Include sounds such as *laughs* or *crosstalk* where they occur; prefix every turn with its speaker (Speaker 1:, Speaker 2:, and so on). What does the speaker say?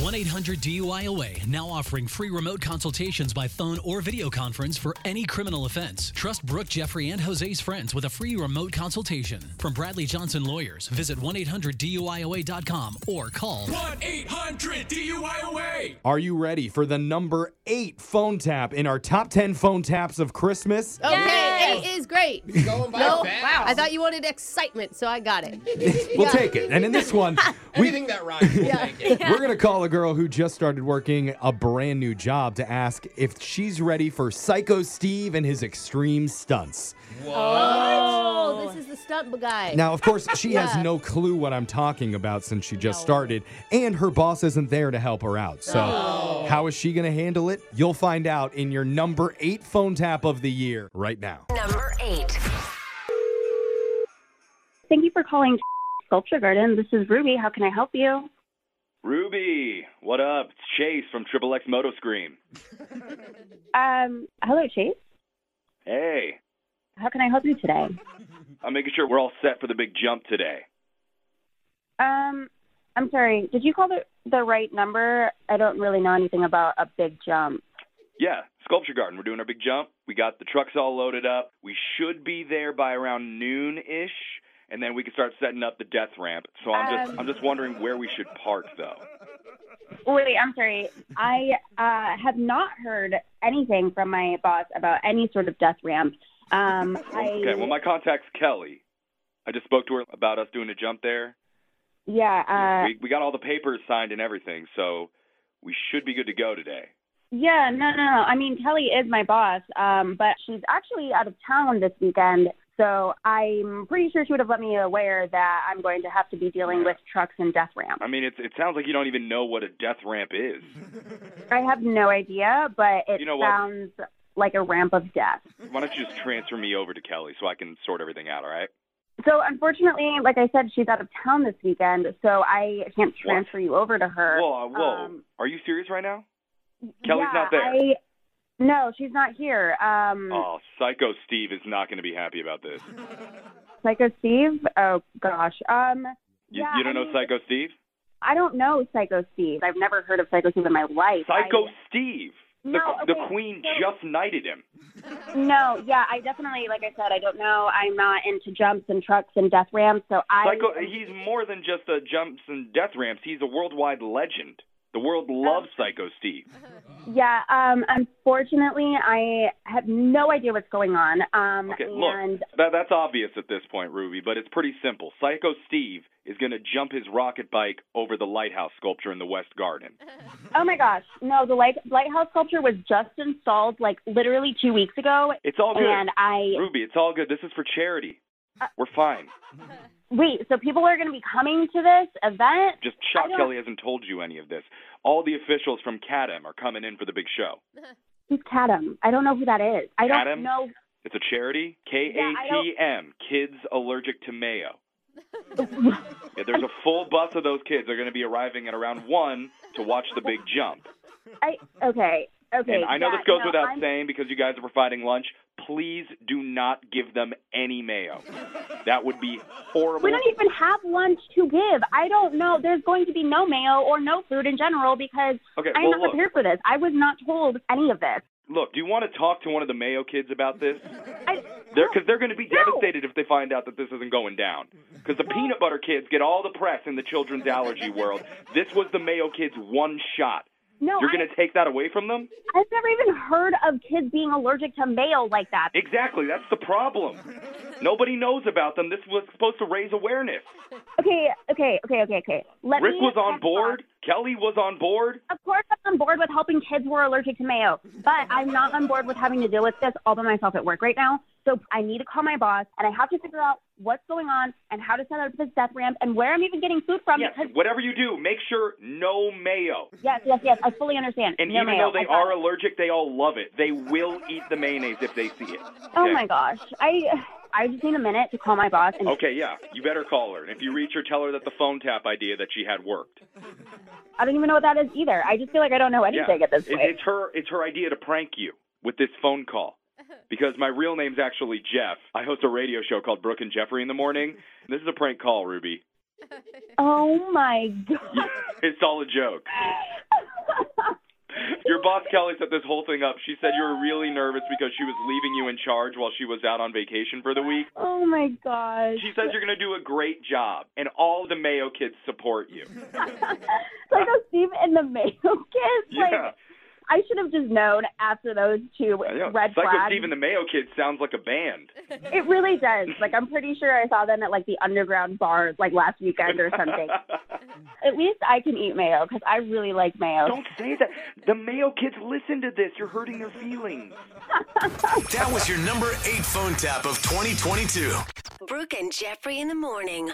Speaker 1: 1 800 DUIOA now offering free remote consultations by phone or video conference for any criminal offense. Trust Brooke, Jeffrey, and Jose's friends with a free remote consultation. From Bradley Johnson Lawyers, visit 1 800 DUIOA.com or call
Speaker 2: 1 800 DUIOA.
Speaker 3: Are you ready for the number eight phone tap in our top 10 phone taps of
Speaker 4: *laughs*
Speaker 3: Christmas?
Speaker 5: Okay, eight is great.
Speaker 4: Going by
Speaker 5: No,
Speaker 4: fast.
Speaker 5: I thought you wanted excitement, so I got it.
Speaker 3: We'll take it. And in this
Speaker 4: *laughs*
Speaker 3: one, we,
Speaker 4: Anything that rhymes, we'll take it.
Speaker 3: we're going to call a girl who just started working a brand new job to ask if she's ready for Psycho Steve and his extreme stunts.
Speaker 5: Oh, this is the stunt guy.
Speaker 3: Now, of course, she
Speaker 5: Yeah.
Speaker 3: has no clue what I'm talking about since she just started, and her boss isn't there to help her out. So,
Speaker 4: Oh.
Speaker 3: how is she going to handle it? You'll find out in your number eight phone tap of the year right now.
Speaker 6: Number eight.
Speaker 7: Thank you for calling Sculpture Garden. This is Ruby. How can I help you?
Speaker 8: Ruby, what up? It's Chase from Triple X Moto Scream.
Speaker 7: Um, hello, Chase.
Speaker 8: Hey,
Speaker 7: How can I help you today?
Speaker 8: I'm making sure we're all set for the big jump today.
Speaker 7: Um, I'm sorry. Did you call the the right number? I don't really know anything about a big jump.
Speaker 8: Yeah, Sculpture Garden. We're doing our big jump. We got the trucks all loaded up. We should be there by around noon ish, and then we can start setting up the death ramp. So I'm just
Speaker 7: Um.
Speaker 8: I'm just wondering where we should park though.
Speaker 7: Wait, I'm sorry. I uh, have not heard anything from my boss about any sort of death ramp. *laughs* Um, I,
Speaker 8: Okay, well my contact's Kelly. I just spoke to her about us doing a jump there.
Speaker 7: yeah, uh,
Speaker 8: we we got all the papers signed and everything, so we should be good to go today.
Speaker 7: yeah, no, no, no. I mean, Kelly is my boss, um, but she's actually out of town this weekend. So I'm pretty sure she would have let me aware that I'm going to have to be dealing with trucks and death ramps.
Speaker 8: I mean, it's it sounds like you don't even know what a death ramp is.
Speaker 7: I have no idea, but it
Speaker 8: You know what?
Speaker 7: sounds like a ramp of death.
Speaker 8: Why don't you just transfer me over to Kelly so I can sort everything out, all right?
Speaker 7: So unfortunately, like I said, she's out of town this weekend, so I can't transfer you over to her.
Speaker 8: Whoa, uh, whoa.
Speaker 7: Um,
Speaker 8: Are you serious right now? Kelly's
Speaker 7: yeah,
Speaker 8: not there.
Speaker 7: I, no, she's not here. Um,
Speaker 8: Oh, Psycho Steve is not going to be happy about
Speaker 7: *laughs*
Speaker 8: this.
Speaker 7: Psycho Steve. Oh gosh. Um,
Speaker 8: You,
Speaker 7: yeah,
Speaker 8: you don't
Speaker 7: I
Speaker 8: know
Speaker 7: mean,
Speaker 8: Psycho Steve?
Speaker 7: I don't know Psycho Steve. I've never heard of Psycho Steve in my life.
Speaker 8: Psycho
Speaker 7: I-
Speaker 8: Steve! The,
Speaker 7: No,
Speaker 8: the
Speaker 7: okay,
Speaker 8: queen
Speaker 7: so-
Speaker 8: just knighted him.
Speaker 7: no, yeah, I definitely, like I said, I don't know. I'm not into jumps and trucks and death ramps, so I.
Speaker 8: Psycho, he's more than just a jumps and death ramps. He's a worldwide legend. The world loves Psycho Steve.
Speaker 7: Yeah, um, unfortunately, I have no idea what's going on. Um,
Speaker 8: Okay,
Speaker 7: and
Speaker 8: look, that, that's obvious at this point, Ruby, but it's pretty simple. Psycho Steve is going to jump his rocket bike over the lighthouse sculpture in the West Garden.
Speaker 7: oh my gosh, no, the light, lighthouse sculpture was just installed like literally two weeks ago,
Speaker 8: It's all good.
Speaker 7: and I Uh,
Speaker 8: Ruby, it's all good. This is for charity. We're fine.
Speaker 7: wait. So people are going to be coming to this event.
Speaker 8: Just Shot
Speaker 7: I don't-
Speaker 8: Kelly hasn't told you any of this. All the officials from CADM are coming in for the big show.
Speaker 7: Who's Kadam? I don't know who that is. I don't
Speaker 8: Kadam?
Speaker 7: know.
Speaker 8: It's a charity, K
Speaker 7: Yeah, I
Speaker 8: A
Speaker 7: don't-
Speaker 8: T M, Kids Allergic to
Speaker 7: *laughs*
Speaker 8: Mayo. Yeah, there's a full bus of those kids. They're going to be arriving at around one to watch the big jump.
Speaker 7: *laughs* I okay, okay.
Speaker 8: And I know
Speaker 7: yeah,
Speaker 8: this goes
Speaker 7: no,
Speaker 8: without
Speaker 7: I'm-
Speaker 8: saying because you guys are providing lunch. Please do not give them any
Speaker 7: *laughs*
Speaker 8: mayo. That would be horrible.
Speaker 7: We don't even have lunch to give. I don't know. There's going to be no mayo or no food in general because
Speaker 8: Okay,
Speaker 7: I'm
Speaker 8: well,
Speaker 7: not
Speaker 8: look.
Speaker 7: prepared for this. I was not told any of this.
Speaker 8: Look, do you want to talk to one of the Mayo kids about this?
Speaker 7: I,
Speaker 8: They're because they're going to be
Speaker 7: No.
Speaker 8: devastated if they find out that this isn't going down. Because the peanut butter kids get all the press in the children's allergy world. This was the Mayo kids' one shot.
Speaker 7: no,
Speaker 8: You're
Speaker 7: I-
Speaker 8: going to take that away from them?
Speaker 7: I've never even heard of kids being allergic to mayo like that.
Speaker 8: Exactly. That's the problem. Nobody knows about them. This was supposed to raise awareness.
Speaker 7: Okay, okay, okay, okay, okay. Let
Speaker 8: Rick
Speaker 7: me
Speaker 8: was on
Speaker 7: check
Speaker 8: board.
Speaker 7: off.
Speaker 8: Kelly was on board.
Speaker 7: Of course, I'm on board with helping kids who are allergic to mayo, but I'm not on board with having to deal with this all by myself at work right now. So I need to call my boss, and I have to figure out what's going on and how to set up this death ramp and where I'm even getting food from.
Speaker 8: Yes.
Speaker 7: Because
Speaker 8: Whatever you do, make sure no Mayo.
Speaker 7: yes, yes, yes, I fully understand.
Speaker 8: And
Speaker 7: no
Speaker 8: even
Speaker 7: mayo.
Speaker 8: though they
Speaker 7: I got
Speaker 8: are
Speaker 7: it.
Speaker 8: allergic, they all love it. They will eat the mayonnaise if they see it.
Speaker 7: oh
Speaker 8: Okay?
Speaker 7: my gosh, I I just need a minute to call my boss. And
Speaker 8: Okay, yeah. You better call her. And if you reach her, tell her that the phone tap idea that she had worked.
Speaker 7: I don't even know what that is either. I just feel like I don't know
Speaker 8: Yeah.
Speaker 7: anything at this
Speaker 8: It-
Speaker 7: point.
Speaker 8: it's her it's her idea to prank you with this phone call. Because my real name's actually Jeff. I host a radio show called Brooke and Jeffrey in the morning. This is a prank call, Ruby.
Speaker 7: oh my god. *laughs*
Speaker 8: It's all a joke. Your boss Kelly set this whole thing up. She said you were really nervous because she was leaving you in charge while she was out on vacation for the week.
Speaker 7: Oh my gosh.
Speaker 8: She says you're going to do a great job, and all the Mayo kids support you.
Speaker 7: like those Steve and the *laughs* Mayo kids. Like
Speaker 8: Yeah.
Speaker 7: I should have just known after those two
Speaker 8: I know.
Speaker 7: red
Speaker 8: Psycho
Speaker 7: flags.
Speaker 8: Steve and the Mayo Kids sounds like a band.
Speaker 7: It really does. Like I'm pretty sure I saw them at like the underground bars like last weekend or
Speaker 8: *laughs*
Speaker 7: something. at least I can eat mayo because I really like mayo.
Speaker 8: Don't say that. The Mayo Kids listen to this. You're hurting their feelings.
Speaker 6: That was your number eight phone tap of 2022.
Speaker 9: Brooke and Jeffrey in the morning.